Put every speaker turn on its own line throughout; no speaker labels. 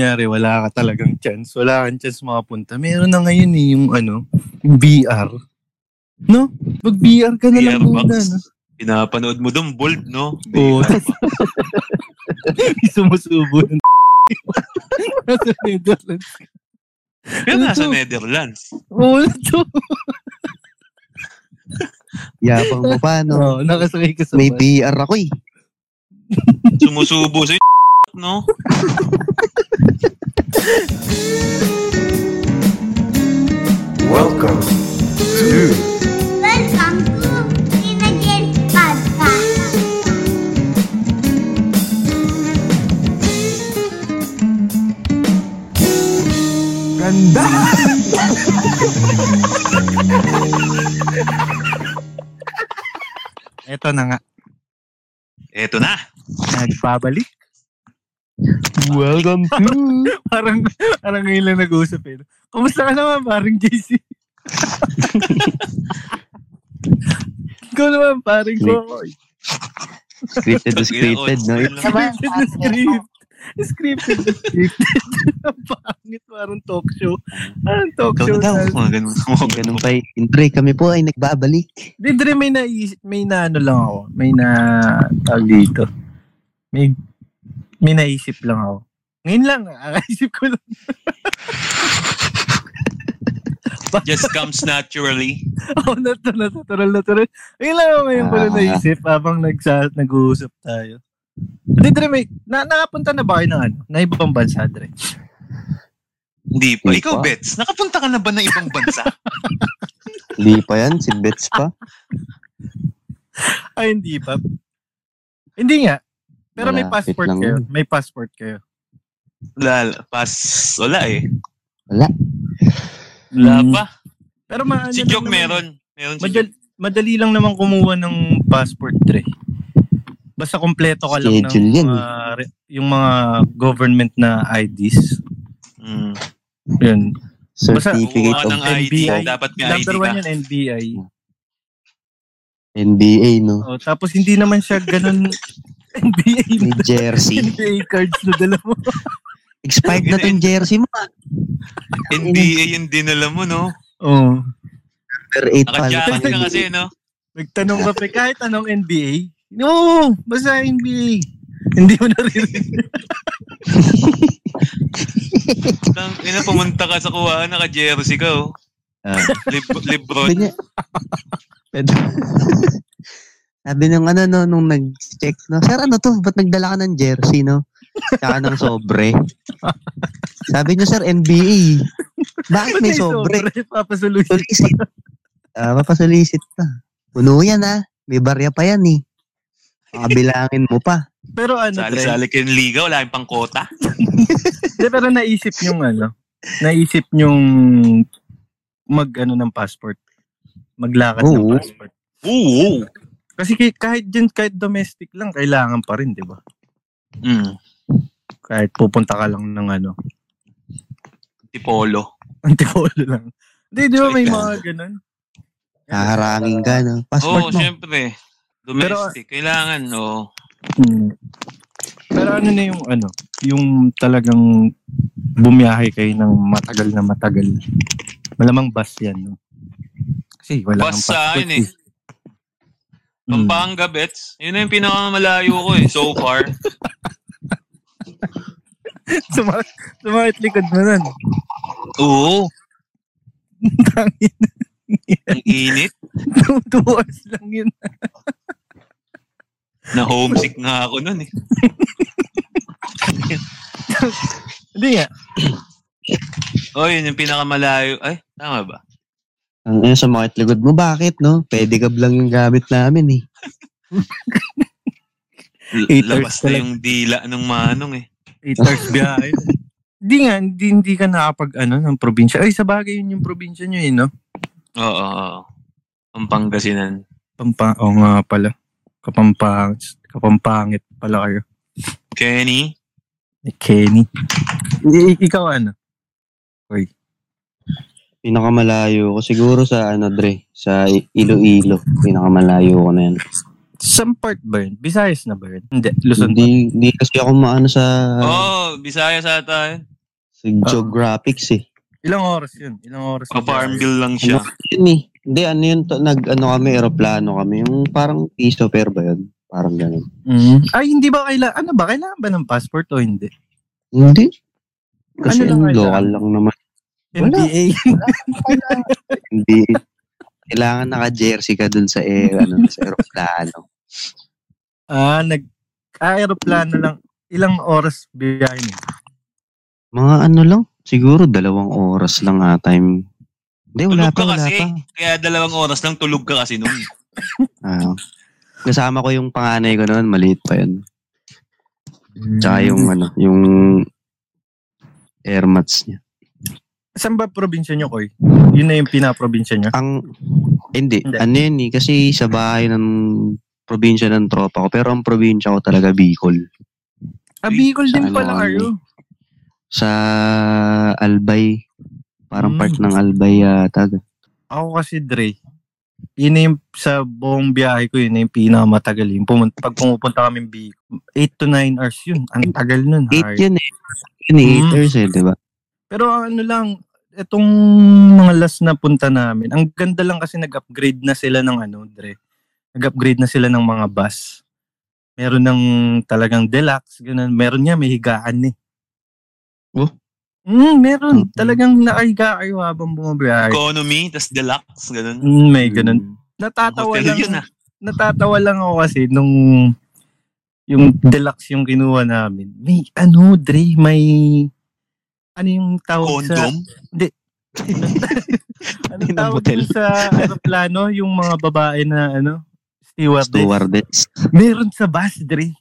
Kunyari, wala ka talagang chance. Wala kang chance makapunta. Meron na ngayon eh, yung ano, yung VR. No? Mag VR ka na lang
VR box.
muna. No?
Pinapanood mo doon, bold, no?
Oo. Sumusubo ng Nasa Netherlands.
Kaya
Ano
nasa
to?
Netherlands.
Oo, ano to?
Yabang mo pa, no?
Oo, nakasakay ka sa
May
bus.
BR ako eh.
Sumusubo sa'yo, no?
Welcome to
Welcome to Teenager Podcast.
Eto na nga.
Eto na.
Nagbabalik. Welcome to... parang, parang ngayon lang nag-uusap eh. Kumusta ka naman, parang JC? Ikaw naman, parang ko.
Scripted to
oh,
scripted, no?
Scripted na script. Scripted na scripted. Ang pangit, parang talk show. Parang talk
Ikaw
show.
na daw.
na-
Mga ganun. Mga ganun.
Ganun pa eh. Intro, eh, kami po ay nagbabalik.
Di, Dre, may na, may na ano lang ako. May na, tawag dito. May, may naisip lang ako. Ngayon lang, ah, isip ko lang.
Just comes naturally.
ako na to, natural, natural. Ngayon lang ako ngayon ko lang
Ah.
naisip habang nagsa, nag-uusap tayo. Di, Dre, may, na, nakapunta na ba kayo ng ano? Na iba pang bansa, Dre?
Hindi pa.
Hindi
Ikaw,
pa.
Bets, nakapunta ka na ba ng ibang bansa?
Hindi pa yan, si Bets pa.
Ay, Ah, hindi pa. Hindi nga. Pero may
Malapit
passport
lang
kayo.
yun.
May passport kayo.
Wala. Pas. Wala eh. Mm.
Wala.
Wala pa.
Mm.
Ano
Pero maano
Si
lang
Joke
naman.
meron. Meron si
Madali, madali lang naman kumuha ng passport, Dre. Basta kompleto ka lang ng
Schedule yan.
mga, re- yung mga government na IDs.
Joke. Mm.
Yun. Basta
Certificate
Kukuha ka ng
of
ID.
NBI.
Dapat may ID
Number one
ka.
yun, NBI.
NBA, no?
O, Oh, tapos hindi naman siya ganun NBI.
May jersey.
NBI cards na dala mo.
Expired na tong jersey mo. ah.
Ano NBA yung dinala mo, no?
Oo.
Number 8 pa.
Naka-jacket ka kasi, no?
Nagtanong ka pa kahit anong NBA. No, basta NBA. Hindi mo naririnig.
Tang, ina, pumunta ka sa kuwaan, naka-jersey ka, oh.
Ah.
Lib- Lebron.
Sabi niya. Sabi nung ano, no, nung nag-check, no, Sir, ano to? Ba't nagdala ka ng jersey, no? Tsaka ng sobre. Sabi niya, sir, NBA. Bakit may sobre?
Papasolution.
Solicit. Ah, mapasolisit pa. Puno yan, ha? May barya pa yan, eh. Makabilangin mo pa.
Pero ano, Dre?
Sali-sali kayong liga, wala kayong pangkota.
Hindi, pero naisip yung ano, naisip yung mag ano ng passport. Maglakad ng
Oo.
passport.
Oo.
Kasi kay- kahit dyan, kahit domestic lang, kailangan pa rin, di ba?
Mm.
Kahit pupunta ka lang ng ano,
Tipolo.
antipolo lang. Hindi, di ba may
Wait
mga ganun?
Haharangin ka, no?
Oo,
Passport
oh,
Ah, mo.
syempre. Domestic. Kailangan, oo.
Hmm. Pero ano na yung ano, yung talagang bumiyahe kayo ng matagal na matagal. Malamang bus yan. No? Kasi wala kang
Bus sa
passport.
akin eh.
Hmm.
Pampanga, Bets. Yun na yung pinakamalayo ko eh, so far.
Suma- Sumakit likod mo nun.
Oo.
Tangin.
Ang init.
Two, two hours lang yun.
Na homesick nga ako nun eh.
Hindi nga.
Oh, yun yung pinakamalayo. Ay, tama ba?
Ang ano, sa mga ligod mo, bakit, no? Pwede ka lang yung gamit namin, eh.
L-
Eight hours
labas na
talaga.
yung dila ng manong eh.
8 hours biyahe. Hindi nga, hindi, hindi ka nakapag ano ng probinsya. Ay, sa bagay yun yung probinsya nyo eh, no?
Oo, oo, oo. Pampanga sinan.
Pampa, o nga pala. Kapampang, kapampangit pala kayo.
Kenny?
Ni Kenny. I- i- ikaw ano?
Pinakamalayo ko siguro sa ano Dre, sa I- Iloilo. Pinakamalayo ko na yan.
Some part ba yun? Visayas na ba yun? Hindi, Luzon.
Hindi, hindi kasi ako maano sa
Oo, oh, Bisaya sa Oh, ata yun.
Sa geographics eh.
Ilang oras yun? Ilang oras? yun?
Paparmville lang siya.
Yun eh. Hindi, ano yun, to, nag, ano kami, aeroplano kami. Yung parang piso, pero ba yun? Parang ganun.
Mm. Ay, hindi ba kailangan, ano ba, kailangan ba ng passport o hindi?
Hindi.
Ano
Kasi
lang
ano
kailangan?
local lang naman. Wala.
NBA.
Hindi. Kailangan naka-jersey ka dun sa, air, ano, sa aeroplano.
ah, nag, ah, aeroplano lang. Ilang oras biyahe niyo?
Mga ano lang, siguro dalawang oras lang nga time. Hindi, wala
Tulog
pa,
ka
wala
kasi.
pa.
Kaya dalawang oras lang tulog ka kasi nun.
Ah. Kasama ko yung panganay ko noon, maliit pa yun. Tsaka yung, ano, yung air mats niya.
Saan ba probinsya niyo, Koy? Yun na yung pinaprobinsya niyo?
Ang, hindi,
Hindi.
ano yun eh, kasi sa bahay ng probinsya ng tropa ko, pero ang probinsya ko talaga Bicol.
Ah, Bicol din
Sa
pala
ano,
kayo.
Sa Albay, parang
Mm.
part ng Albay yata.
Ako kasi, Dre, yun na yung, sa buong biyahe ko, yun na yung pinakamatagal. Yung pumun- pag pumupunta kami Bicol, 8 to 9 hours yun. Ang tagal nun.
Eight
hari.
yun eh. Yun eh, eight
Mm.
hours eh, di ba?
Pero ano lang, itong mga last na punta namin, ang ganda lang kasi nag-upgrade na sila ng ano, Dre. Nag-upgrade na sila ng mga bus. Meron ng talagang deluxe, ganun. Meron niya, may higaan eh.
Oh?
Mm, meron.
Mhm.
Talagang nakahiga kayo habang bumabiyahe.
Economy, tas deluxe, ganun.
Mm, may ganun. Natatawa
Hotel
lang.
yun ah.
Natatawa lang ako kasi nung yung deluxe yung kinuha namin. May ano, Dre, may ano yung tawag sa
Condom.
Ano
Yun ang
tawag
motel.
dun sa aeroplano, yung mga babae na ano, stewardess.
Stewardess.
Meron sa bus, Dre.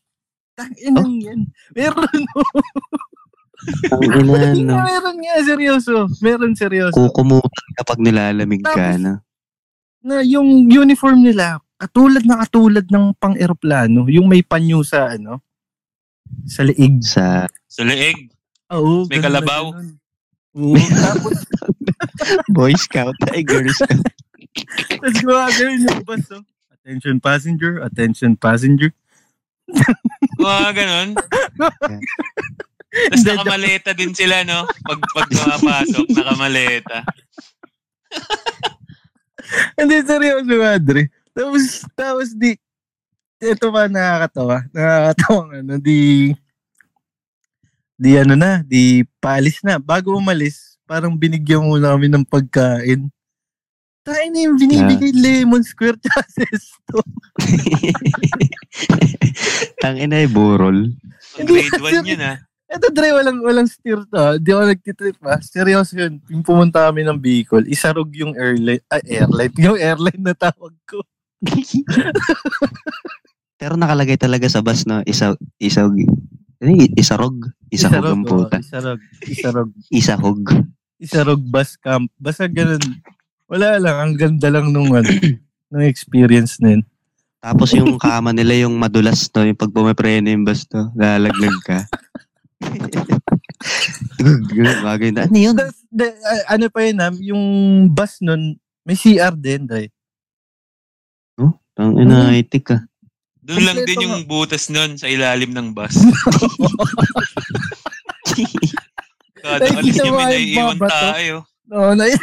Tangin
Oh.
yan. Meron.
Ang ina,
Hindi
no.
nga, meron nga. Seryoso. Meron seryoso.
Kukumutan kapag nilalamig ka
Tapos,
na.
Na yung uniform nila, katulad na katulad ng pang-aeroplano. Yung may panyo sa ano, sa liig.
Sa,
Sa leeg.
Oo.
May
ganun na
kalabaw.
ganun. Oo. Tapos,
Boy Scout, ay Girl Scout.
tapos gumagawin yung bus, oh. Attention passenger, attention passenger.
Mga ganun. Tapos
Hindi,
nakamaleta din sila, no? Pag, pag pumapasok, nakamaleta.
Hindi, seryoso nga, Dre. Tapos, tapos di, ito pa nakakatawa. Nakakatawa nga, ano, di, di ano na, di paalis na. Bago umalis, parang binigyan muna kami ng pagkain. Tayo na yung binibigay lemon square chances to.
Ang ina ay burol.
Pag grade 1 yun, ah.
Ito, Dre, walang, walang steer to. ha. Di ako nagtitrip, ha? Seryoso yun. Yung pumunta kami ng Bicol, isarog yung airline, ah, airline, yung airline na tawag ko.
Pero nakalagay talaga sa bus na isa, isa, isarog. Isahog ang
oo,
puta.
Isarog, isarog.
Isahog.
Isarog bus camp. Basta ganun. Wala lang. Ang ganda lang nung, ano, nung experience na yun.
Tapos yung kama nila, yung madulas to, yung pag pumipreno yung bus to, lalaglag ka. Bagay na. Ano yun?
Tas, de- a- ano pa yun, ah, yung bus nun, may CR din, Dre.
Ang
Hmm.
ina, ah. itik ka.
Doon lang
Kompleto
din yung butas nun sa ilalim ng bus. Kada
Nakikita
alis
mo nga yung
kami,
Ano
naiiwan
babato.
tayo.
Oo, na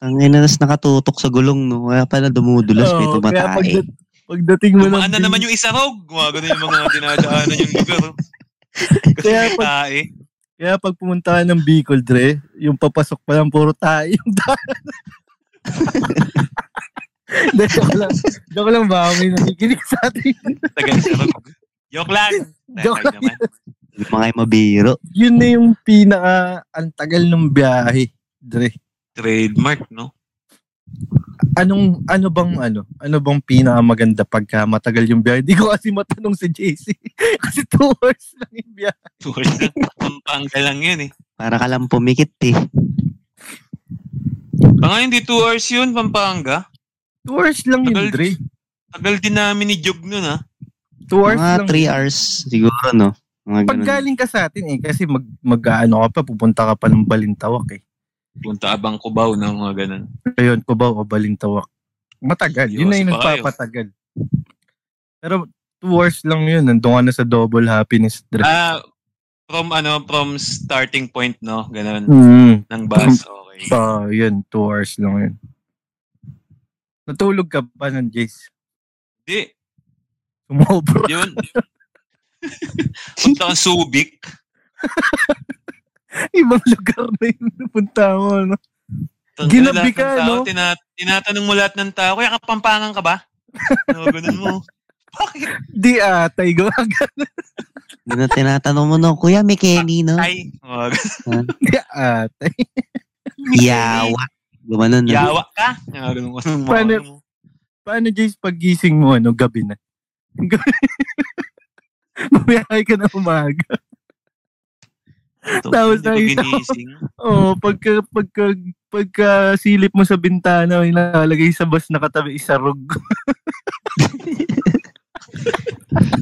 Ang ina, tas nakatutok sa gulong, no? Kaya pala dumudulas, may
Oo, kaya
tumatay.
pagdat- pagdating mo
Dumaan na naman yung isa rog. Gumagano yung mga dinadaanan yung lugar. oh. Kasi
Kaya
may
pag-
tae.
Kaya pag pumunta ka ng Bicol, Dre, yung papasok pa lang puro tayo yung daan. Hindi, joke lang. Joke lang ba? May nakikinig sa atin.
Tagal sa rog. Joke lang.
Joke lang
naman.
Mga mabiro.
Yun na yung pinaka ang tagal ng biyahe, Dre.
Trademark, no?
anong ano bang ano? Ano bang pinakamaganda pagka matagal yung biyahe? Hindi ko kasi matanong si JC kasi two hours lang yung biyahe.
Tours na. Pampanga lang yun eh.
Para ka lang pumikit, eh.
Baka hindi 2 hours yun, Pampanga.
Two hours lang yun,
Tagal-
Dre.
Tagal din namin ni Jog nun ah.
Two hours
Mga
lang.
3 hours siguro, no? Mga
Pag
ganun.
galing ka sa atin eh, kasi mag, mag-ano ka pa, pupunta ka pa ng Balintawak eh.
Punta abang kubaw ng mga ganun.
Ayun, Cubao o Balintawak. Matagal. Yun na
Seryoso
yung
ba kayo?
nagpapatagal. Pero two hours lang yun. Nandun ka na sa double happiness, Dre.
Ah, From ano, from starting point, no? Ganun.
Mm.
Ng bus, okay.
So, yun. Two hours lang yun. Natulog ka ba ng Jace?
Hindi,
Sumobra.
yun. Punta kang Subic.
Ibang lugar na yun. Napunta ako, ano? no?
Tang-
Ginabi
lahat ng
ka,
tao,
no?
tina- tinatanong mo lahat ng tao, kaya kapampangan ka ba? Ano, ganun mo. Bakit?
Di atay. Gumagano.
Hindi na tinatanong mo, no? Kuya, may Kenny, no?
Ay. Oh, ganun.
Di atay.
Yawa. Gumanon, no?
Yawa ka. Ah, ganun, ganun, mo.
Paano- Paano, Jace, pagising mo, ano, gabi na? Gabi. Bumiyahay ka na umaga.
Ito,
Tapos
hindi ko
nakita ko.
ginising.
Oo, oh, pagka, pagka, pagka silip mo sa bintana, may nakalagay sa bus nakatabi isa rog.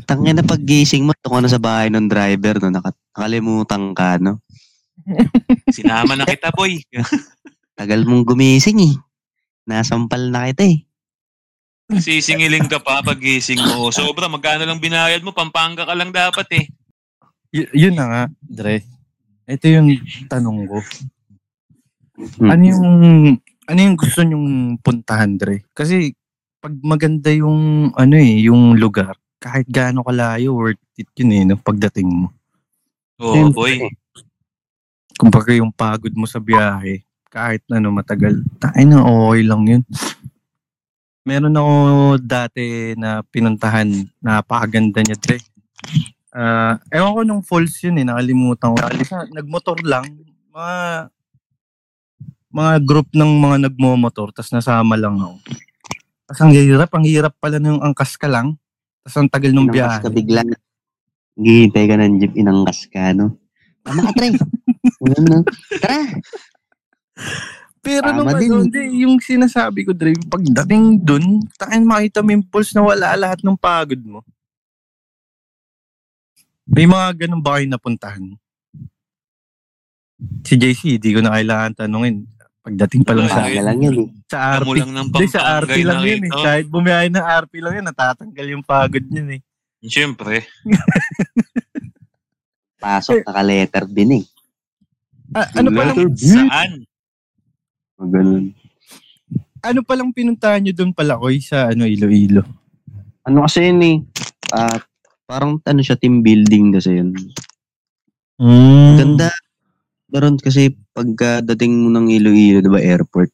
Tangin na paggising mo, ito ka na sa bahay ng driver, no? Naka- nakalimutan ka, no?
Sinama na kita, boy.
Tagal mong gumising, eh. Nasampal na kita, eh.
Sisingiling ka pa pag gising mo. Sobra, magkano lang binayad mo? Pampanga ka lang dapat eh.
Y- yun na nga, Dre. Ito yung tanong ko.
Hmm.
Ano yung ano yung gusto nyong puntahan, Dre? Kasi pag maganda yung ano eh, yung lugar, kahit gaano kalayo, worth it yun eh, no, pagdating mo.
Oo, boy.
Kumbaga yung pagod mo sa biyahe, kahit ano matagal, tayo na okay lang yun. Meron ako dati na pinuntahan, napakaganda niya, Dre. Ah, ewan ko nung falls yun eh, nakalimutan ko. Basta nagmotor lang, mga mga group ng mga nagmo-motor, tas nasama lang ako. Tas ang hirap, ang hirap pala nung angkas ka lang, tas ang tagal ng
Inangkas ka
biyahe.
bigla. Naghihintay ka ng jeep, inangkas ka, no? Tama ka, Trey. Ano, no? Tara!
Pero
Tama
nung
din.
ano, hindi, yung sinasabi ko, Dre, yung pagdating dun, takin makita mo yung pulse na wala lahat ng pagod mo. May mga ganun ba kayo napuntahan? Si JC, di ko na kailangan tanungin. Pagdating pa lang sa,
Tama lang yun, eh.
sa
Amo
RP.
lang ng
Di, sa
pampanga
RP lang yun eh.
nakita.
Kahit bumiyahin ng RP lang yun, natatanggal yung pagod yun eh.
Siyempre.
Pasok na ka-letter din, eh.
Ah, ano pa lang,
Saan?
O, Ganun.
ano pa lang pinuntahan nyo doon pala, Koy, sa ano, Iloilo?
Ano kasi yun, eh? Ah, parang ano siya, team building kasi yun.
Mm.
Ganda. Meron kasi pagkadating mo ng Iloilo, di ba, airport,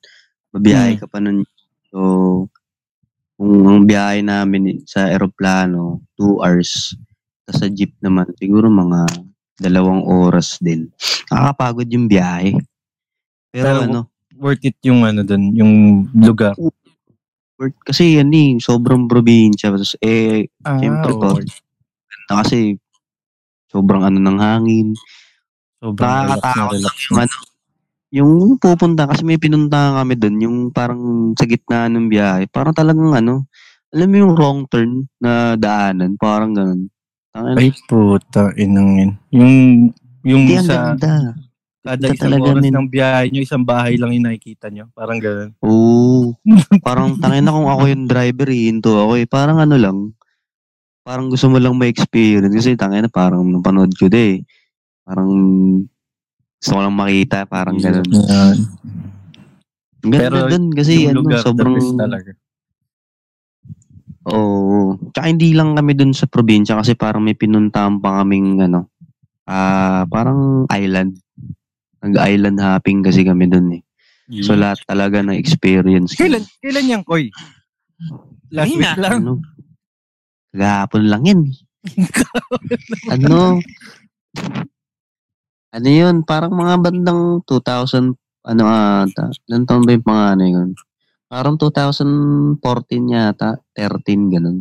mabiyahe
Hmm.
ka pa nun. So, kung ang biyahe namin sa aeroplano, two hours. Tapos sa jeep naman, siguro mga dalawang oras din. Nakakapagod yung biyahe. Pero
Pero-
ano,
Worth it yung ano doon, yung lugar.
worth- kasi yan eh, sobrang probinsya. Tapos eh,
Ah,
Siyempre
oo.
po. na kasi sobrang ano ng hangin.
Sobrang relax na
Nakakatakot
relax.
lang yung ano. Yung pupunta, kasi may pinunta kami doon, yung parang sa gitna ng biyahe, parang talagang ano, alam mo yung wrong turn na daanan, parang ganun. Ang
Ay, puta, inangin. Yung, yung
hindi ang
sa
ganda.
kada
ganda
isang
talaga,
oras
men.
ng biyahe nyo, isang bahay lang yung nakikita nyo. Parang ganun.
Oo. parang tangin na kung ako yung driver, iinto ako eh. Parang ano lang, parang gusto mo lang ma-experience. Kasi tangin na parang napanood ko din eh. Parang gusto ko lang makita, parang ganun.
Yan.
Ang Ganda
Pero
doon kasi
ah, yung
ano,
lugar,
sobrang...
the best talaga.
Oo. Tsaka hindi lang kami dun sa probinsya kasi parang may pinuntahan pa kaming ano, ah parang island. Nag-island hopping kasi kami dun eh. So lahat talaga ng experience. ko.
Kailan, kailan yan, Koy? Last
Kanina.
week lang.
Ano? Kagahapon lang yan. ano? Ano yun? Parang mga bandang 2000, ano ata? Ilan taon ba yung mga ano yun? Parang 2014 yata, 13, ganun.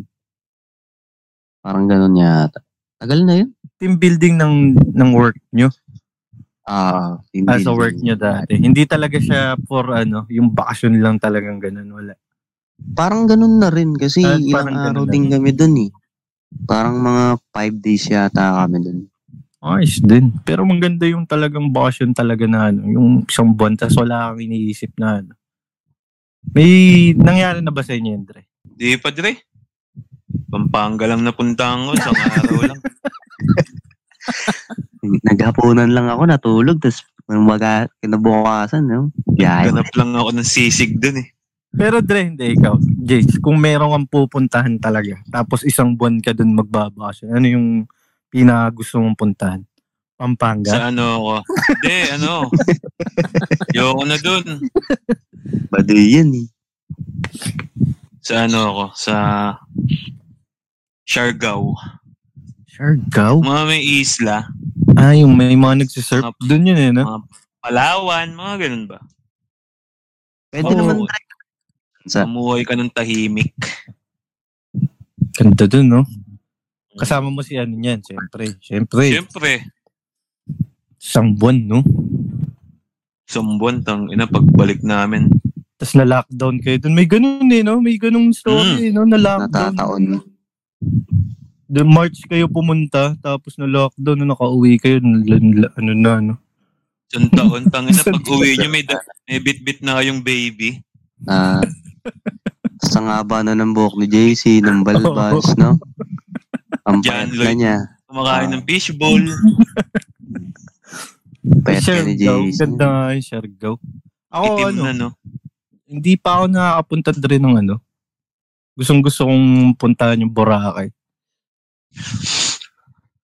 Parang ganun yata. Tagal na yun?
Team building ng ng work nyo.
Ah, hindi.
Ah, sa work nyo dati. Hindi talaga siya for ano, yung bakasyon lang talagang ganun. Wala.
Parang ganun na rin kasi
Ah,
ilang
parang ganun
araw
na
din
rin.
kami dun eh. Parang mga 5 days yata kami dun.
Ayos din. Pero maganda yung talagang bakasyon talaga na ano, yung isang buwan, tas wala kang iniisip na ano. May nangyari na ba sa inyo yun, Dre?
Di pa, Dre. Pampanga lang napuntahan ko. Isang araw lang.
Naghapunan lang ako, natulog, tapos umaga, kinabukasan, no? Biyahe.
Ganap lang ako ng sisig dun eh.
Pero Dre, hindi ikaw. Jace, kung meron kang pupuntahan talaga, tapos isang buwan ka dun magbabakasyon, ano yung pinakagusto mong puntahan? Pampanga?
Sa ano ako. Hindi, ano. Ayoko na dun.
Baduy yan eh.
Sa ano ako. Sa Siargao.
Siargao?
Mga may isla.
Ah, yung may mga nagsisurf. Dun yun eh, no?
Palawan. Mga ganun ba?
Pwede
Oo.
Eh, naman tayo. Sa,
Mamuhay ka ng tahimik.
Ganda dun, no? Kasama mo si ano niyan, siyempre. Siyempre.
Siyempre.
Isang buwan, no?
Sumbon tang ina pagbalik namin.
Tapos na-lockdown kayo dun. May ganun eh, no? May ganung story, eh,
Hmm.
no? Na-lockdown.
natataon.
The March kayo pumunta, tapos na-lockdown, no? Nakauwi kayo, nala- nala- ano na, no?
Isang taon tang ina
Isang
pag uwi nyo may, da- may bit-bit na yung baby.
Ah, sa ngaba na ng buhok ni JC, ng balbas, no? Ang
Jan
payat na
Lloyd.
niya.
Kumakain
Ah.
ng fishbowl.
Mm-hmm. Payat na ni
Siargao.
JC.
Ganda nga yung Siargao. Ako,
Itim
ano,
na no.
hindi pa ako nakakapunta rin ng ano. Gustong gusto kong puntahan yung Boracay.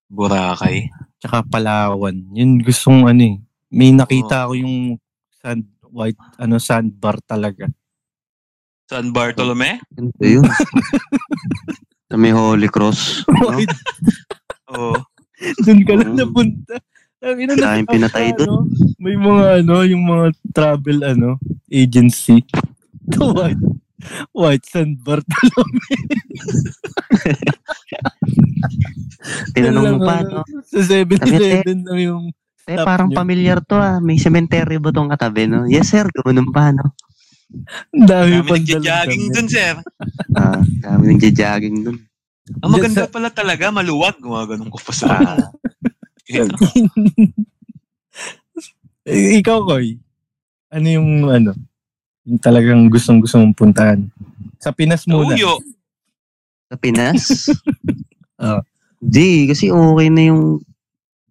Boracay.
Tsaka Palawan. Yun gustong ano eh. May
Oh.
nakita ako yung sand, white, ano, sandbar talaga.
San Bartolome?
Ganda yun. sa may Holy Cross. No?
White,
Oo.
Oh.
dun ka
Oh.
lang
Oo.
napunta. Ang ina,
Maraming
nag-up
pinatay
na, ano, May mga ano, yung mga travel ano, agency. The white, white sandbar talaga.
Tinanong mo pa, no?
Ano, Sa 7-Eleven na yung
Eh,
Stop
parang
nyo.
pamilyar to ah. May cemetery ba tong katabi, no? Yes, sir. Gumanon pa, no?
ang dami
Kami
pang
nagja-jogging
dalang-dami.
dun, sir.
Ah, dami nang jogging dun.
Ang
Diyan
maganda pala talaga, maluwag. Gumaganon ko pa sa...
Ah,
Ito.
Eh, Ikaw, Koy, ano yung ano? Yung talagang gustong gusto mong puntahan? Sa Pinas muna.
Uyo.
sa Pinas?
Ah.
Di, kasi okay na yung...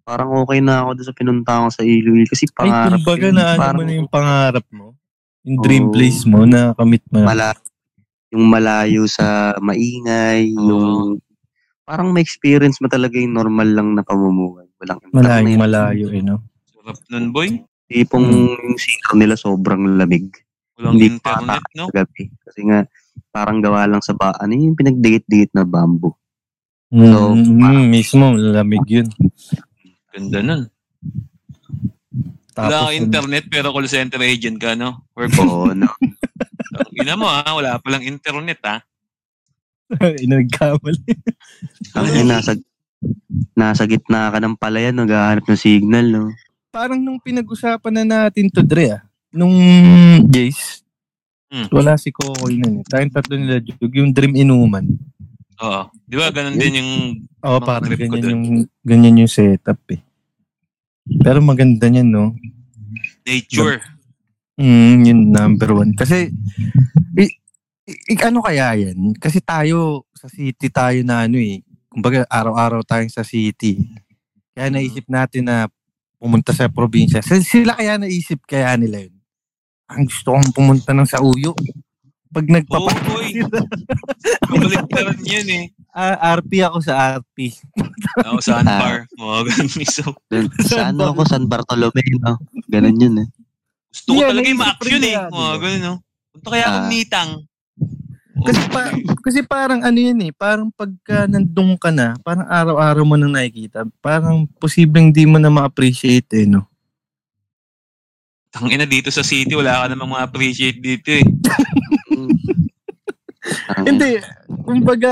Parang okay na ako dun sa pinunta ko sa Iloilo. Kasi
Ay,
pangarap
kumbaga
yun.
na ano
parang
mo na yung pangarap mo? Yung dream
Oo.
place mo na kamit mo na.
mala- yung malayo sa maingay,
Oo.
yung... Parang may experience mo talaga yung normal lang na pamumuhay. Walang impact na
Malayo,
yun.
malayo, Hmm. eh, no?
Sarap nun, boy.
Tipong yung sinaw nila sobrang lamig.
Walang
Hindi
internet, no?
sa gabi. Kasi nga, parang gawa lang sa ba, ano yung pinagdikit-dikit na bamboo.
So,
So,
Mm, mismo, lamig yun.
Ganda nun.
Tapos,
Wala kang
ano,
internet pero call center agent ka, no? Work from
Oo, no.
home. Ina Oh, mo, ha? Wala palang internet, ah. ha?
inagkamali.
Ang ina, nasa, nasa gitna ka ng palayan, naghahanap ng signal, no?
Parang nung pinag-usapan na natin to, Dre, ah, nung Jace,
Hmm.
wala si Kokoy nun. eh. Tayong tatlo nila, Jug, yung dream inuman.
Oo. Di ba, ganun din yung...
Oo,
Mga
parang
trip ko
ganyan
dun.
yung, ganyan yung setup eh. Pero maganda niyan, no?
Nature.
Mm, yun number one. Kasi, i- i- i- ano kaya yan? Kasi tayo, sa city tayo na ano eh. Kumbaga, araw-araw tayong sa city. Kaya naisip natin na pumunta sa probinsya. Sila, sila kaya naisip kaya nila yun. Ang gusto kong pumunta ng sa Uyo. Pag
Oo,
nagpapa...
boy. Bumalik na rin yun, eh.
Ah, RP ako sa RP.
Ako, sandbar.
Ah.
Mga ganun. eh. So,
Dun- Sa
San
ano ako, San Bartolome, no? Ganun yun, eh.
gusto ko
Yeah,
talaga yung
naisip
ma-action,
rin
eh.
kaya,
Mga
diba?
ganun, no? Punta kaya akong
Ah.
nitang.
Kasi, pa, kasi parang ano yun eh, parang pagka nandun ka na, parang araw-araw mo nang nakikita, parang posibleng di mo na ma-appreciate eh, no?
Tangina dito sa city, wala ka namang ma-appreciate dito eh.
Parang,
Hindi, kumbaga,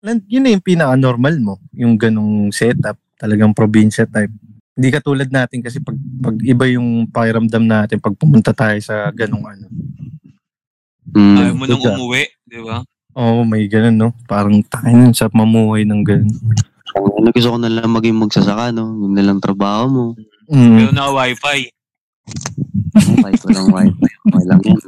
nan- yun na yung pinaka-normal mo, yung ganong setup, talagang probinsya type. Hindi katulad natin kasi pag, pag iba yung pakiramdam natin pag pumunta tayo sa ganong ano.
Mm,
Ayaw mo nang
Ika.
umuwi, di ba?
Oo, oh, may ganun, no? Parang tayo nun sa mamuhay ng ganun.
ano, gusto ko na lang maging magsasaka, no? Yun na lang trabaho mo.
Mm.
Pero naka wifi.
Okay, Ano, walang wifi. Okay lang yan.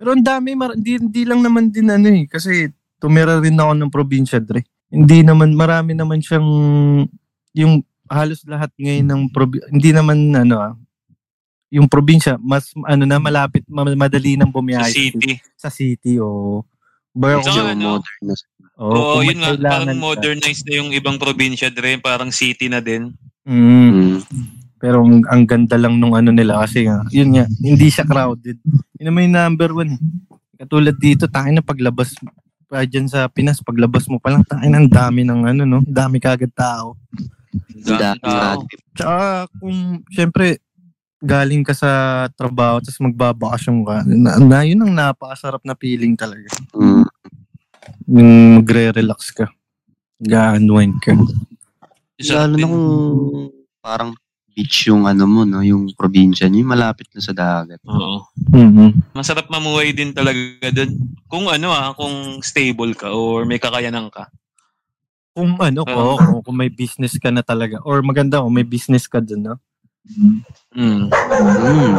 Pero ang dami, mar- hindi, hindi lang naman din ano eh, kasi tumira rin ako ng probinsya, Dre. Hindi naman, marami naman siyang, yung halos lahat ngayon ng probi- hindi naman ano ah, yung probinsya mas ano na malapit ma- madali nang
Sa
bumiyahe
city.
sa city o Bar-
Sa-
Medyo
ano?
modern na siya.
Oo,
kung
yun nga.
kailangan
Parang
ka.
modernized na yung ibang probinsya, Dre. Parang city na din.
Mm,
Mm.
pero ang, ang ganda lang nung ano nila kasi nga, yun nga, hindi siya crowded. Yun naman yung number one. eh. Katulad dito, tayo na paglabas pa dyan sa Pinas, paglabas mo pa lang, tayo na ang dami ng ano, no? Ang Dami kagad tao.
Ang daming
Tao.
traffic.
Tsaka kung, syempre, galing ka sa trabaho tapos magbabakasyon ka, na, na, yun ang napakasarap na feeling talaga.
Mm.
Yung magre-relax ka. Ga-unwind ka.
Lalo na kung parang beach yung ano mo, no? Yung probinsya niyo, yung malapit na sa dagat.
Oo.
mm
Masarap mamuhay din talaga doon. Kung ano ah, kung stable ka or may kakayanan ka.
Kung ano,
Oo.
ko, kung, kung may business ka na talaga. Or maganda kung may business ka dun, no?
Mm.
Hmm.
Mm.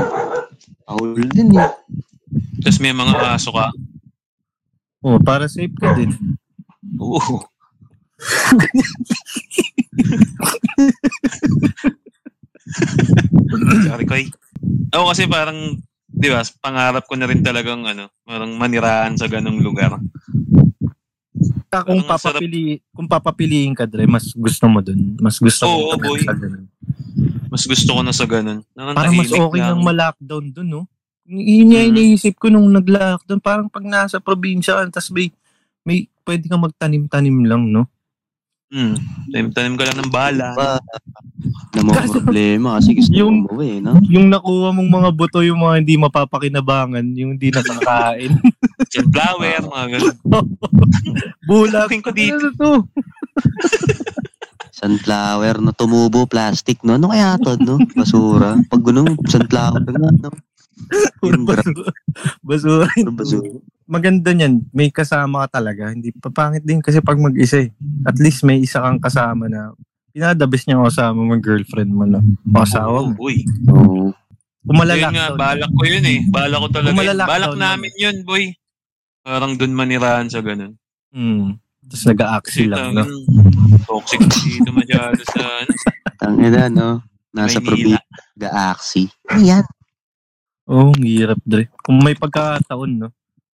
Paul din eh.
Tapos may mga aso ka.
Oh, para safe ka din.
Oo. Sorry, Koy. Oo, kasi parang, di ba, pangarap ko na rin talagang, ano, parang maniraan sa ganong lugar.
Ah, kung
Parang ang sarap.
papapili, kung papapiliin ka dre, mas gusto mo dun. Mas gusto
Oo,
mo
boy.
sa ganun.
Mas gusto ko na sa ganon. Parang
Parang mas okay nang ma-lockdown dun, no? Yun nga
Mm.
iniisip ko nung nag-lockdown. Parang pag nasa probinsya ka, tas may, may pwede kang magtanim-tanim lang, no?
Mm. Tanim- Tanim ka lang ng bala.
Pa, na mga
Kaso-
problema kasi gusto
Yung-
yung, mo umuwi, no?
Yung nakuha mong mga buto, yung mga hindi mapapakinabangan, yung hindi nakakain.
Sunflower, mga ganon.
Bulak.
Tingin ko dito.
Ano to?
Sunflower na tumubo, plastic, no? Ano kaya to, no? Basura. Pag ganun, sunflower na, no? Yung grab,
Basura. Basura.
basura.
maganda niyan, may kasama ka talaga. Hindi papangit din kasi pag mag-isa eh. At least may isa kang kasama na pinadabis niya ang kasama mo, girlfriend mo na. O asawa
Oo,
mo.
boy.
Oo.
Kumalalak
Yun nga, balak ko yun eh. Balak ko talaga.
Kung
yun.
malalockdown
Balak
naman.
namin yun, boy. Parang dun manirahan sa ganun.
Hmm. Tapos nag-aaksi lang. No?
Tang- Toxic dito masyado sa ano.
Tangina, no? Nasa
Maynila.
probinsya, Gaaxi. Yan.
Oo, oh, ang hirap dre. Kung may pagkataon, no?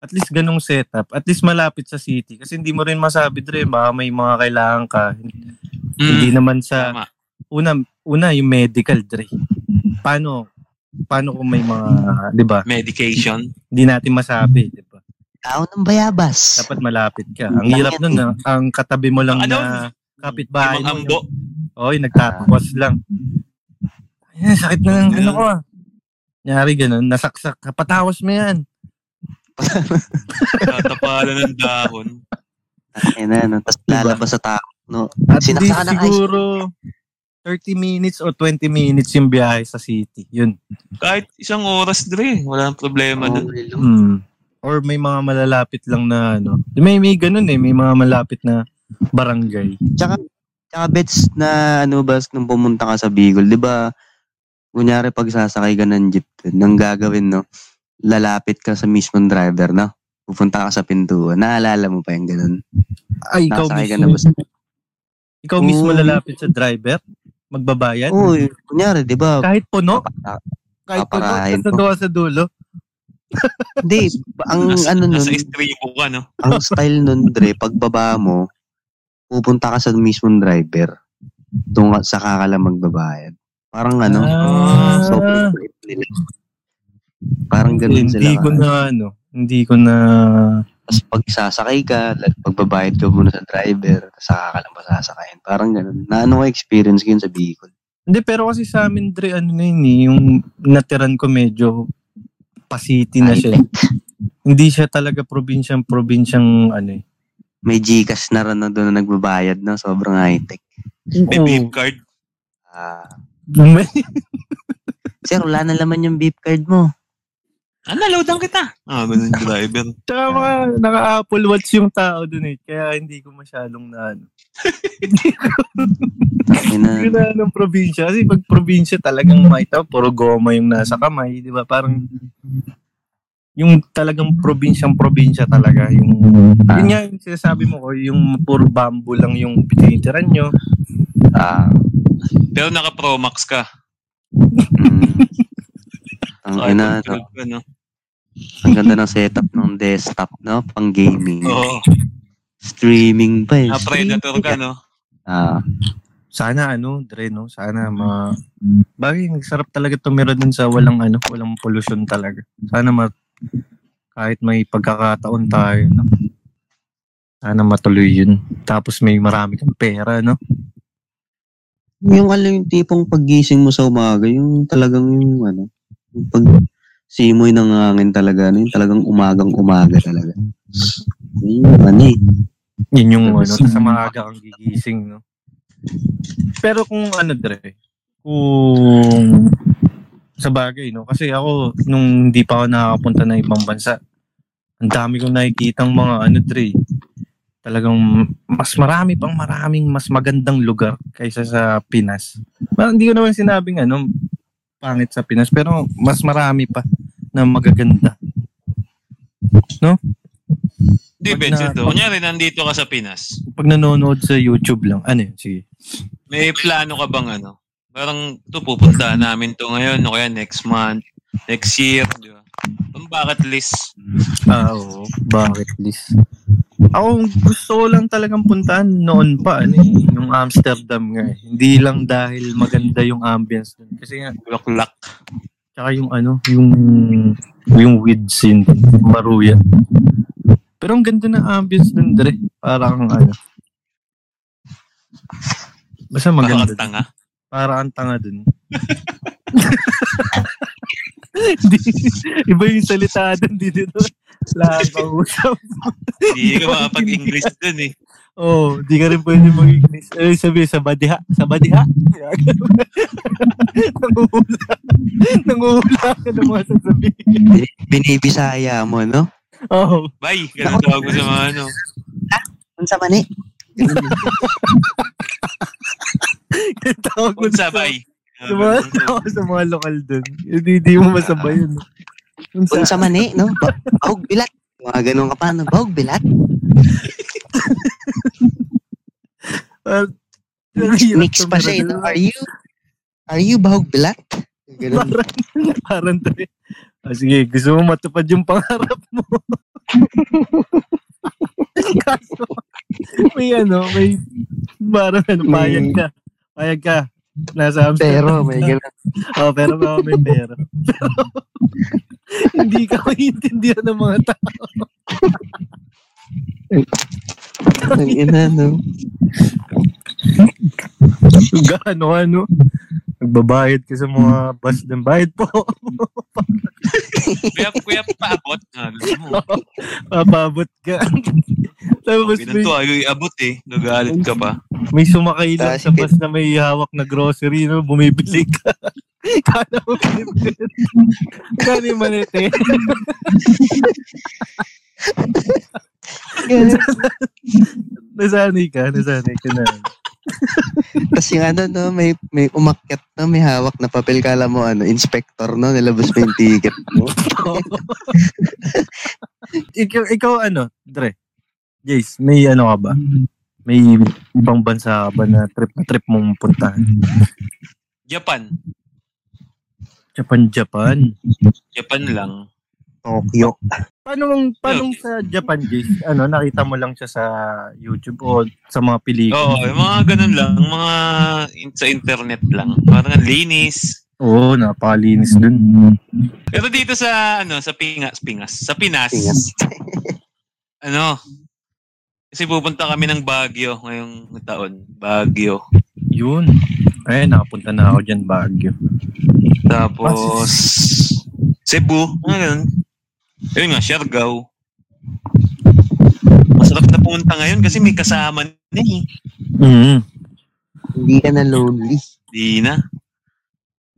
At least ganong setup. At least malapit sa city. Kasi hindi mo rin masabi, Dre, baka may mga kailangan ka.
Hmm.
Hindi
Mm.
naman sa...
Tama.
Una, una yung medical, Dre. Paano? Paano kung may mga... Di ba?
Medication.
Hindi natin masabi, di ba?
Tao ng bayabas.
dapat malapit ka. Ang hirap nun, na, ang katabi mo lang
Ano?
na kapitbahay
Ibang ambo.
mo. Oy, nagtatapos lang. Ayan, sakit na ng ano ko ah. Nyari ganun, nasaksak. ka. Patawas mo yan.
Tatapalan ng dahon.
Tangina, no? Tapos lalabas sa tao. No?
At
Sinaksakan
least
ng ice.
siguro 30 minutes o 20 minutes yung biyahe sa city. Yun.
Kahit isang oras, Dre. Wala nang problema dun.
Oo.
Hmm. Or may mga malalapit lang na ano. May may ganun eh, may mga malapit na barangay.
Tsaka, tsaka bets na ano ba, nung pumunta ka sa Bicol, di ba, kunyari pag sasakay ka ng jeep, nang gagawin, no, lalapit ka sa mismong driver, no? Pupunta ka sa pintuan. Naalala mo pa yung ganun.
Ay, Ah, ikaw
Nakasakay ka na
mismo.
ba sa...
Ikaw mismo
Oo.
lalapit sa driver? Magbabayad?
Oo, eh, kunyari, di ba?
Kahit puno?
papa-
Kahit puno?
Paparahin
Sa
mo.
duwa sa dulo?
Hindi, ang
Nasa,
ano nun,
nasa istribo ka, no?
ang style nun, Dre, pagbaba mo, pupunta ka sa mismong driver. Doon ka- saka ka lang magbabayad. Parang ano,
Ah.
sobrang trip nila. Parang ganun sila.
hindi ko na ano, hindi ko na
Tapos pag sasakay ka, like, pagbabayad ka muna sa driver, tas saka ka lang pasasakayin. Parang ganun. Na ano ka experience ko yun sa Bicol.
Hindi pero kasi sa amin dre ano na yun, eh, yung natiran ko medyo pasiti na siya. eh. Hindi siya talaga probinsyang probinsyang ano eh.
May Gcash na rin na doon na nagbabayad na sobrang high-tech.
May beep card.
Ah,
May-
sir, wala na laman yung beep card mo.
Ah, naloadan kita. Ah, ganun yung driver.
Tsaka mga naka-Apple Watch yung tao dun eh. Kaya hindi ko masyadong na ano.
Tangina.
Hindi ko na ano probinsya. Kasi pag probinsya talagang makita, puro goma yung nasa kamay. Di ba? Parang yung talagang probinsyang probinsya talaga. Yung
Ah.
Yun nga yung sinasabi mo ko, yung puro bamboo lang yung pinitiran nyo.
Ah,
Pero naka Pro Max ka.
Mm. Ang
Sa
ina,
iPhone 12 ka, no?
ang ganda ng setup ng desktop, no? Pang gaming.
Oo.
Streaming pa eh.
Na Predator ka, no?
Ah,
Sana ano, Dre, no? Sana ma... Bagay, nagsarap talaga tumira dun sa walang ano, walang pollution talaga. Sana ma... Kahit may pagkakataon tayo, no? Sana matuloy yun. Tapos may marami kang pera, no?
yung alam yung tipong paggising mo sa umaga, yung talagang yung ano, yung pag simoy ng hangin talaga, ano, yung talagang umagang umaga talaga. Yung ano eh.
Yun yung ano, sa maaga kang gigising, no? Pero kung ano, Dre, kung sa bagay, no? Kasi ako, nung hindi pa ako nakakapunta ng ibang bansa, ang dami kong nakikitang mga ano, Dre, talagang mas marami pang maraming mas magandang lugar kaysa sa Pinas. Well, hindi ko naman sinabing ano, pangit sa Pinas, pero mas marami pa na magaganda.
Hindi,
Wag
Benz,
na-
ito. Kunyari, nandito ka sa Pinas.
Pag nanonood sa YouTube lang, ano yun, sige.
May plano ka bang ano? Parang ito, pupuntahan namin to ngayon o kaya next month, next year, di ba? Ang bucket list.
Ah, oo. Bucket list. Ako, gusto ko lang talagang puntahan noon pa, ano eh, yung Amsterdam nga. eh. Hindi lang dahil maganda yung ambience doon. Kasi nga,
Bulaklak.
tsaka yung ano, yung, yung weed scene, maruya. Pero ang ganda ng ambience doon, Dre. Parang ano. Basta maganda.
Maganda. Tanga.
Para ang tanga dun. Hindi. Iba yung salita dun, di dito. Lahat ang usap.
Hindi ka makapag-English dun eh.
Oo, oh, di ka rin pwede mag-English. Eh, sabi, sa badiha. Sa badiha. Nanguhula. Nanguhula ka ng mga sasabihin. Oh,
Binibisaya mo, no?
Oo.
Bye! Ganun tawag mo sa mga ano.
Unsa man eh?
Oh, tawag mo
Unsa,
sa-
bye!
Sa mga, tawag sa mga lokal dun. Hindi, hindi mo masabay yun. Unsa-
Unsa man eh, no? Ba- bahog bilat. Mga ganun ka pa, no? Bahog bilat.
Ah,
Mix pa siya, eh, no? Are you? Are you bahog bilat? Ganun.
Parang, parang tayo. Ah, sige, gusto mo matupad yung pangarap mo. Kaso, may ano, may parang ano,
May-
payag ka. Payag ka. Nasa Amsterdam.
Pero may ganun.
Oh, pero baka may pera. Pero, hindi ka maintindihan ng mga tao.
Ang ina, no?
Gaano, ano? Nagbabayad ka sa mga bus ng bayad po.
Kuya, kuya, paabot. Ah, gusto mo.
Papabot ka. Tapos may,
Ganun to, ayaw iabot eh. Nagalit ka pa.
May sumakay lang
Tapos
sa
si
bus na may hawak na grocery, no? Bumibili ka. Kala mo pinipit. Kala eh. yung manete. Nasanay ka, nasanay ka na.
Tapos yung ano, no, may, may umakyat, no, may hawak na papel. Kala mo, ano, inspector, no, nilabas pa yung ticket mo.
ikaw, ikaw ano, Dre? Jace, may ano ka ba? May ibang bansa ka ba na trip na trip mong puntahan?
Japan.
Japan, Japan.
Japan lang.
Tokyo.
Paano mong paano sa Japan, Jace? Ano, nakita mo lang siya sa YouTube o sa mga pelikula?
Oo, yung mga ganun lang. Mga in- sa internet lang. Parang ang linis.
Oo, napakalinis dun.
Pero dito sa ano, sa Pingas, Pingas, sa Pinas.
Pingas.
ano? Kasi pupunta kami ng Baguio ngayong taon. Baguio.
Yun. Eh, nakapunta na ako dyan, Baguio.
Tapos Cebu, mga ganun. Ayun nga, Siargao. Masarap na pumunta ngayon kasi may kasama na eh.
Mm.
Hindi ka na lonely.
Di na.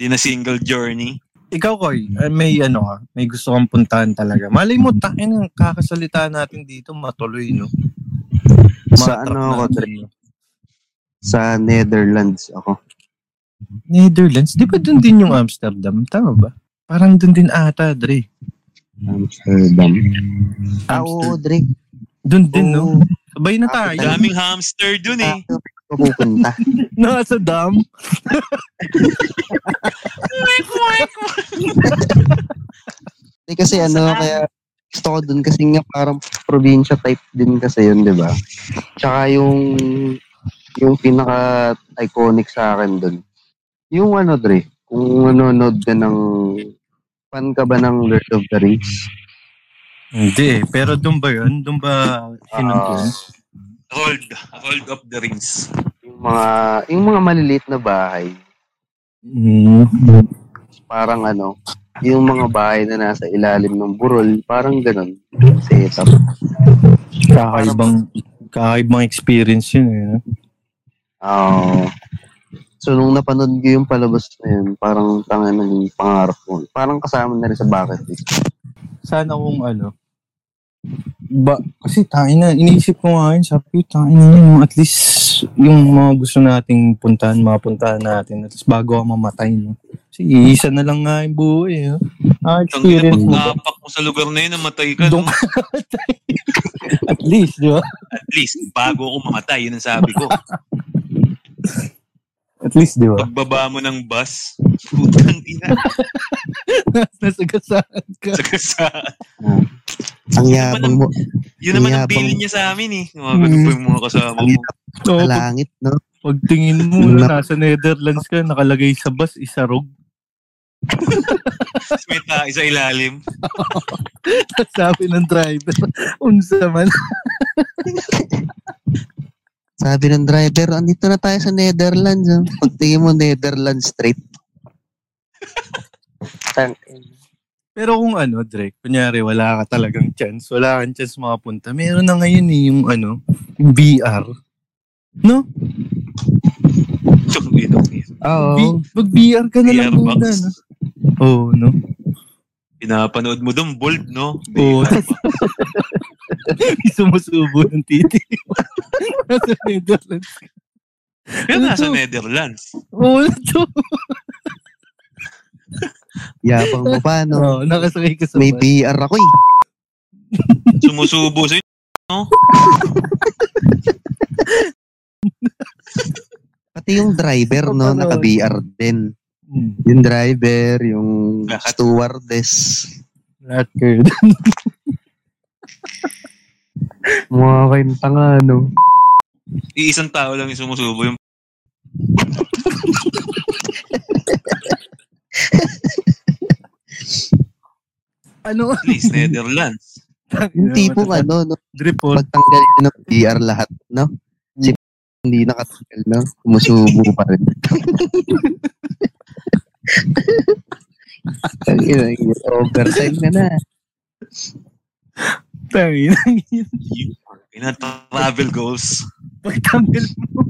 Di na single journey.
Ikaw, Koy, eh, may ano ka, may gusto kang puntahan talaga. Malay mo, takin ang kakasalita natin dito, matuloy, no?
Sa
Matrap
ano
natin,
ako, Dre?
no?
Sa Netherlands ako.
Netherlands, di ba dun din yung Amsterdam? Tama ba? Parang dun din ata, Dre.
Amsterdam. Ah, oo, Dre.
Dun din, no?
Oo.
Sabay na tayo.
Amsterdam.
Ano?
Daming hamster dun eh.
Tokyo, ka Ah, pupunta?
Nasa dam.
Eh, kasi ano, kaya gusto ko dun kasi nga parang probinsya type din kasi yun, di ba? Tsaka yung yung pinaka-iconic sa akin dun. Yung ano, Dre, kung nanonood ka ng fan ka ba ng Lord of the Rings?
Hindi. Pero doon ba yun? Doon ba
Ah.
sinunod
Hold. Hold of the rings.
Yung mga, yung mga maliliit na bahay,
Mm.
parang ano, yung mga bahay na nasa ilalim ng burol, parang ganun. Setup.
Kakaibang, kakaibang experience yun. Eh. no?
Oo. so, nung napanood ko yung palabas na yun, parang tanga ng pangarap ko. Parang kasama na rin sa bucket list.
Sana kung ano. Ba, kasi tayo na, iniisip ko nga yun, sabi ko, tayo na yun, at least yung mga gusto nating puntahan, mapuntahan natin, at least bago ako mamatay. No? Kasi isa na lang nga yung buhay. No? Ah,
Ang ina,
experience
pag
mo.
naapak mo sa lugar na yun, namatay ka.
Dong-
No?
At least, di ba?
At least, bago ako mamatay, yun ang sabi ko.
At least, di ba?
Pagbaba mo ng bus, putang ina.
Nasagasaan ka.
Saka sa-
Ang
yabang
mo.
yun naman ang
Yabang-
feeling niya sa amin eh. Mga ganun po yung mga kasama mo.
Oo, pag-
langit, no?
Pagtingin mo,
Nap-
nasa Netherlands ka, nakalagay sa bus, isa rog.
Tapos May tae sa ilalim.
Sabi ng driver, unsa man.
Sabi ng driver, andito na tayo sa Netherlands. Oh. Pagtingin mo, Netherlands straight. Tang-
Pero kung ano, Drake, kunyari wala ka talagang chance, wala kang chance makapunta, meron na ngayon eh, yung ano, yung VR.
Tsuk, ino, ino.
B-
Oo.
mag VR ka na lang
Airbox.
muna, no? Oo, oh, no?
Pinapanood mo doon, bold, no?
Oo. Oh. Sumusubo ng titi. Nasa Netherlands.
Kaya nasa Netherlands.
Oo, na to.
Yabang mo pa, no?
Oo, Oh, nakasakay ka sa
May
bus.
BR ako eh.
Sumusubo sa'yo.
Pati yung driver, no?
Kapanood.
Naka-BR din.
Hmm,
Yung driver, yung
Lahat.
stewardess.
Lahat kayo.
Mga kayong tanga, no?
Iisang tao lang yung sumusubo. Yung
ano?
please, Netherlands.
Yung tipong ano, no?
Drip po.
pagtanggal ko ng PR lahat, no? Si hindi nakatanggal, no? Kumusubo pa rin. Ang ina, ang ina, Overtime na na.
Tangin.
You are in a travel goals.
Pagtanggal mo.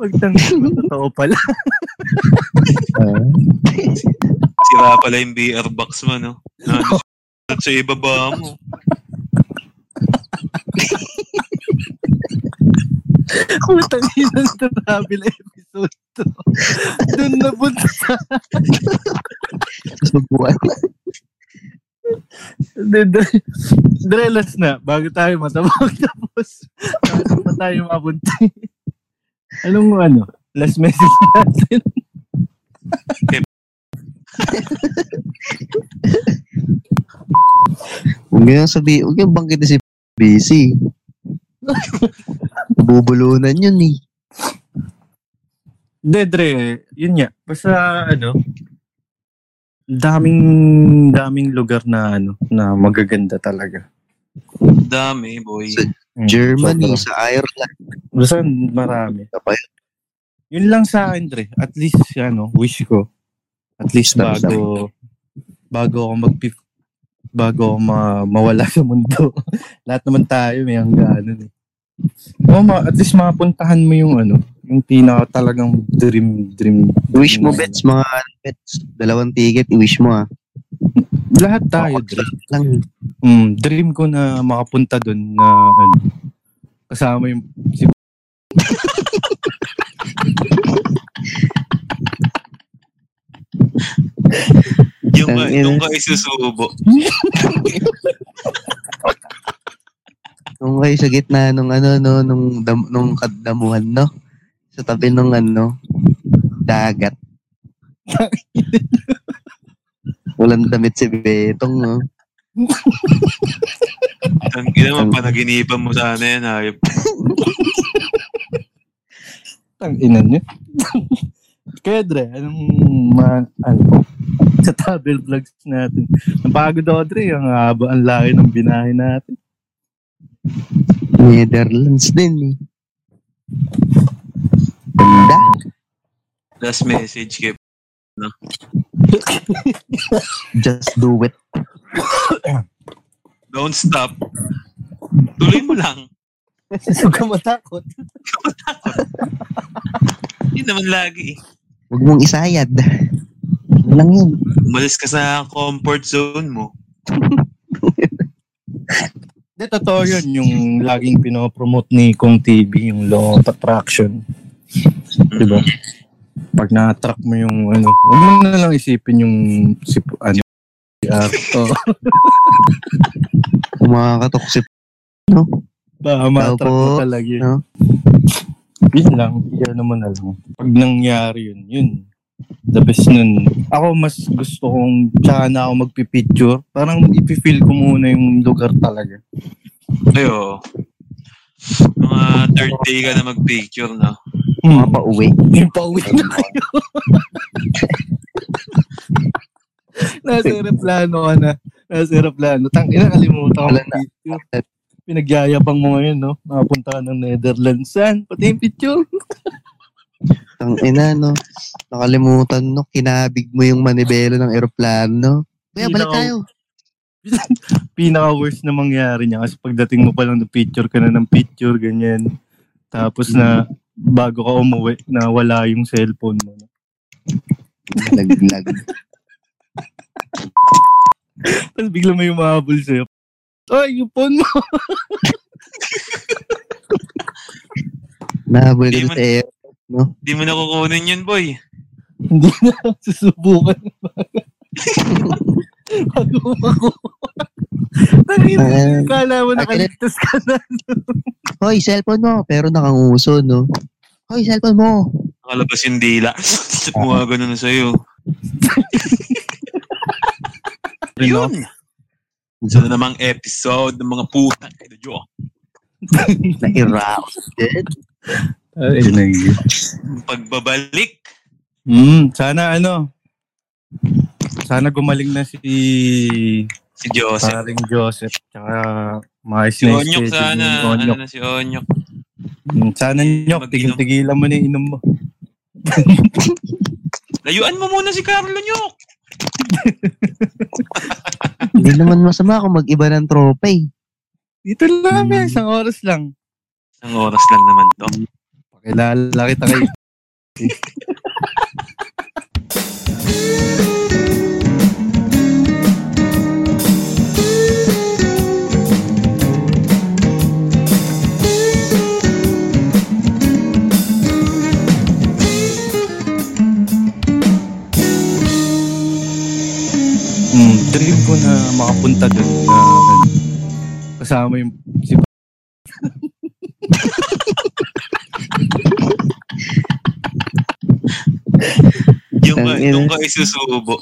Pagtanggal mo. Totoo pala.
Ah,
Sira pala yung BR box mo, no? Nandun sa ibaba mo.
Putangin ang travel episode to. Doon na punta.
subuan.
Drelas na. Bago tayo matabag tapos. Bago pa tayo mapunta. Anong ano? Last message natin.
Huwag nyo nang sabi, huwag nyo banggit na si BC. Bubulunan yun eh.
Hindi, Dre. Yun nga. Basta ano. Daming, daming lugar na ano, na magaganda talaga.
Dami, boy.
Mm,
Germany,
sobra.
sa Ireland.
Basta marami.
ka pa yun.
Yun lang sa akin, Dre. At least, ano, wish ko. At least
Stop,
bago, bago ako mag bago ako ma- mawala sa mundo. Lahat naman tayo may hangganan eh. Oo, ma- at least mapuntahan mo yung ano, yung pinaka talagang dream, dream.
Wish
dream
mo,
na
Bets, mga Bets. Dalawang ticket, wish mo ah.
ano. Lahat tayo, Dre.
Lang.
Mm, dream ko na makapunta doon na ano, kasama yung si
Yung ka,
Tangina.
yung ka isusubo.
Nung kayo sa gitna nung ano no nung dam, nung kadamuhan no. Sa tabi ng ano, dagat. Walang damit si Betong, no?
Ang gina mo, panaginipan mo sana yan, hayop.
Ang ina niyo. Kaya Dre, anong ma, ano po? Sa travel vlogs natin. Napagod ako Dre, ang haba, ang laki ng binahe natin.
Netherlands din, eh. Ganda.
Last message kay
Just do it.
Don't stop. Tuloy mo lang.
Huwag ka matakot.
Yun naman lagi eh.
Huwag mong isayad. Yun lang yun.
Umalis ka sa comfort zone mo.
Hindi, totoo yun, yung laging pinopromote ni Kong TV, yung law of attraction. Diba? Pag na-attract mo yung ano, huwag mo na lang isipin yung si, ano, si Arto.
Kung makakatok si
Baka ma-attract mo
Opo.
talaga yun.
No?
Yun lang, yun naman na lang. Pag nangyari yun, yun. The best nun. Ako mas gusto kong tsaka na ako magpipicture. Parang ipifeel ko muna yung lugar talaga.
Ayo. Mga third day ka na mag-picture, no?
mga pauwi.
Yung pauwi na kayo. Nasa aeroplano ka na. Nasa aeroplano. Tang, ina, kalimutan ko
Wala
ang picture. Pinagyayabang mo ngayon, no? Nakapunta ka ng Netherlands. Saan? Pati yung picture.
Ang ina, no? Nakalimutan, no? Kinabig mo yung manibela ng eroplano. Kuya, balik
Ilaw.
tayo.
Pinaka-worst na mangyari niya. Kasi pagdating mo pa lang ng picture ka na ng picture, ganyan. Tapos na bago ka umuwi, nawala yung cellphone mo.
Naglag.
Tapos bigla may umahabol sa'yo. Ay, yung phone mo!
Nahabol ka
Di
na
man-
sa air.
Di mo na kukunin yun, boy.
Hindi na susubukan. Bago ako.
Ah.
Tangina, kala mo nakaligtas ka na.
Hoy, cellphone mo. Pero nakanguso, no? Hoy, cellphone mo.
Nakalabas yung dila. Mukha ganun sa'yo. Yun. Isa na namang episode ng mga putang ina Diyo.
Na-aroused.
Ay,
Ang Pagbabalik.
mm, sana ano, sana gumaling na si
Si Joseph.
paring Joseph tsaka maayos
Si
na
Onyok
schedule ni
sana. Ano
Onyok.
na si Onyok?
Mm, sana Nyok,
Mag-inom.
tigil-tigilan mo na yung inom mo.
Layuan mo muna si Carlo Nyok.
Hindi naman masama kung mag-iba ng tropa, eh.
Dito lang,
Mm.
eh, isang oras lang.
Ang oras lang naman to.
Pakilala kita kay Mm, dream ko na makapunta doon na ano, kasama yung si
Yung ka,
Tangina.
yung ka isusubo.